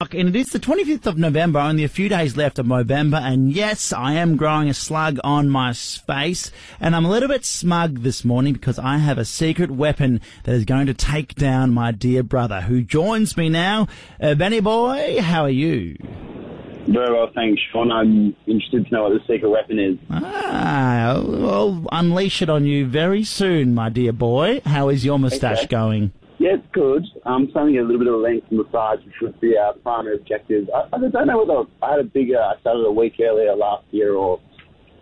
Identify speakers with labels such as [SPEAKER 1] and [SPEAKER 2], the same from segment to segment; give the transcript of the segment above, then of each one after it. [SPEAKER 1] Mark, And it is the 25th of November, only a few days left of November, and yes, I am growing a slug on my face, and I'm a little bit smug this morning because I have a secret weapon that is going to take down my dear brother, who joins me now. Uh, Benny boy, how are you?
[SPEAKER 2] Very well, thanks, Sean. I'm interested to know what the secret weapon is.
[SPEAKER 1] Ah, I'll unleash it on you very soon, my dear boy. How is your moustache
[SPEAKER 2] Okay.
[SPEAKER 1] going?
[SPEAKER 2] Yeah, it's good. I'm starting to get a little bit of length and massage, which was the uh, primary objective. I, I just don't know whether I had a bigger, I started a week earlier last year, or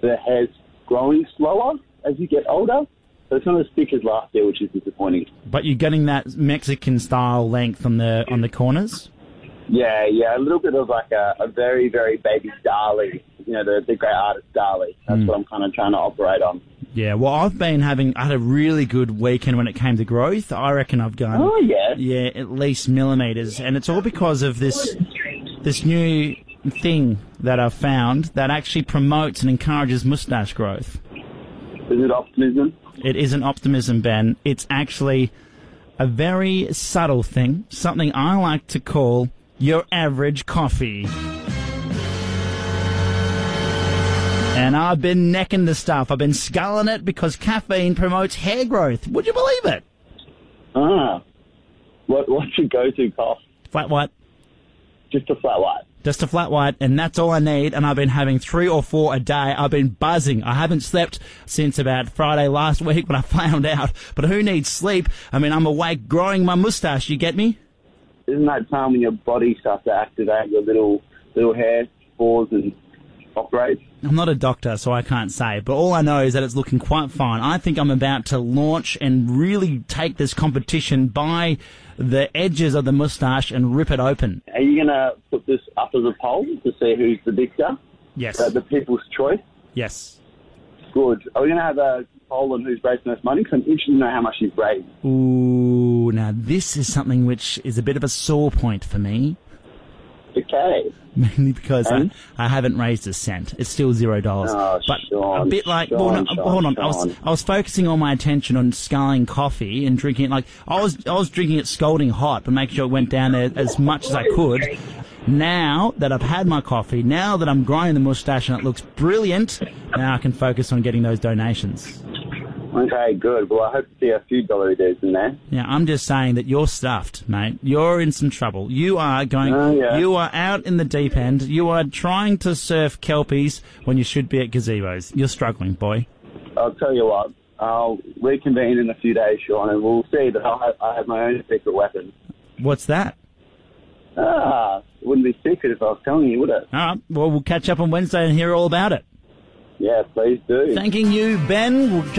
[SPEAKER 2] the hair's growing slower as you get older. So it's not as thick as last year, which is disappointing.
[SPEAKER 1] But you're getting that Mexican style length on the on the corners.
[SPEAKER 2] Yeah, yeah, a little bit of like a, a very, very baby Dali. You know, the, the great artist Dali. That's what I'm kind of trying to operate on.
[SPEAKER 1] Yeah, well, I've been having I had a really good weekend when it came to growth. I reckon I've gone,
[SPEAKER 2] Oh, yeah.
[SPEAKER 1] yeah, at least millimeters, and it's all because of this this new thing that I've found that actually promotes and encourages mustache growth.
[SPEAKER 2] Is it optimism?
[SPEAKER 1] It isn't optimism, Ben. It's actually a very subtle thing, something I like to call your average coffee. And I've been necking the stuff. I've been sculling it because caffeine promotes hair growth. Would you believe it?
[SPEAKER 2] Ah. What, what's your go-to cough?
[SPEAKER 1] Flat white,
[SPEAKER 2] Just a flat white.
[SPEAKER 1] just a flat white, and that's all I need. And I've been having three or four a day. I've been buzzing. I haven't slept since about Friday last week when I found out. But who needs sleep? I mean, I'm awake growing my mustache. You get me?
[SPEAKER 2] isn't that time when your body starts to activate your little little hair pores and operates?
[SPEAKER 1] I'm not a doctor, so I can't say, but all I know is that it's looking quite fine. I think I'm about to launch and really take this competition by the edges of the mustache and rip it open.
[SPEAKER 2] Are you gonna put this up as a poll to see who's the victor?
[SPEAKER 1] Yes.
[SPEAKER 2] Uh, the people's choice.
[SPEAKER 1] Yes.
[SPEAKER 2] Good. Are we gonna have a poll on who's raised the most money? 'Cause I'm interested to know how much you've raised.
[SPEAKER 1] Ooh, now this is something which is a bit of a sore point for me,
[SPEAKER 2] Okay.
[SPEAKER 1] mainly because I,
[SPEAKER 2] Hmm?
[SPEAKER 1] I haven't raised a cent. It's still zero dollars.
[SPEAKER 2] Oh,
[SPEAKER 1] but
[SPEAKER 2] Sean,
[SPEAKER 1] a bit like,
[SPEAKER 2] Sean,
[SPEAKER 1] well, no,
[SPEAKER 2] Sean,
[SPEAKER 1] hold on. I was,
[SPEAKER 2] Sean.
[SPEAKER 1] I was focusing all my attention on sculling coffee and drinking it like I was I was drinking it scalding hot, but making sure it went down there as much as I could. Now that I've had my coffee, now that I'm growing the mustache and it looks brilliant, now I can focus on getting those donations.
[SPEAKER 2] Okay. Good. Well, I hope to see a few dollar dudes in there.
[SPEAKER 1] Yeah, I'm just saying that you're stuffed, mate. You're in some trouble. You are going.
[SPEAKER 2] Oh, yeah.
[SPEAKER 1] You are out in the deep end. You are trying to surf kelpies when you should be at gazebos. You're struggling, boy.
[SPEAKER 2] I'll tell you what. I'll reconvene in a few days, Sean, and we'll see that I'll have, I have my own secret weapon.
[SPEAKER 1] What's that?
[SPEAKER 2] Ah, it wouldn't be secret if I was telling you, would it?
[SPEAKER 1] All right. Well, we'll catch up on Wednesday and hear all about it.
[SPEAKER 2] Yeah, please do.
[SPEAKER 1] Thanking you, Ben. We'll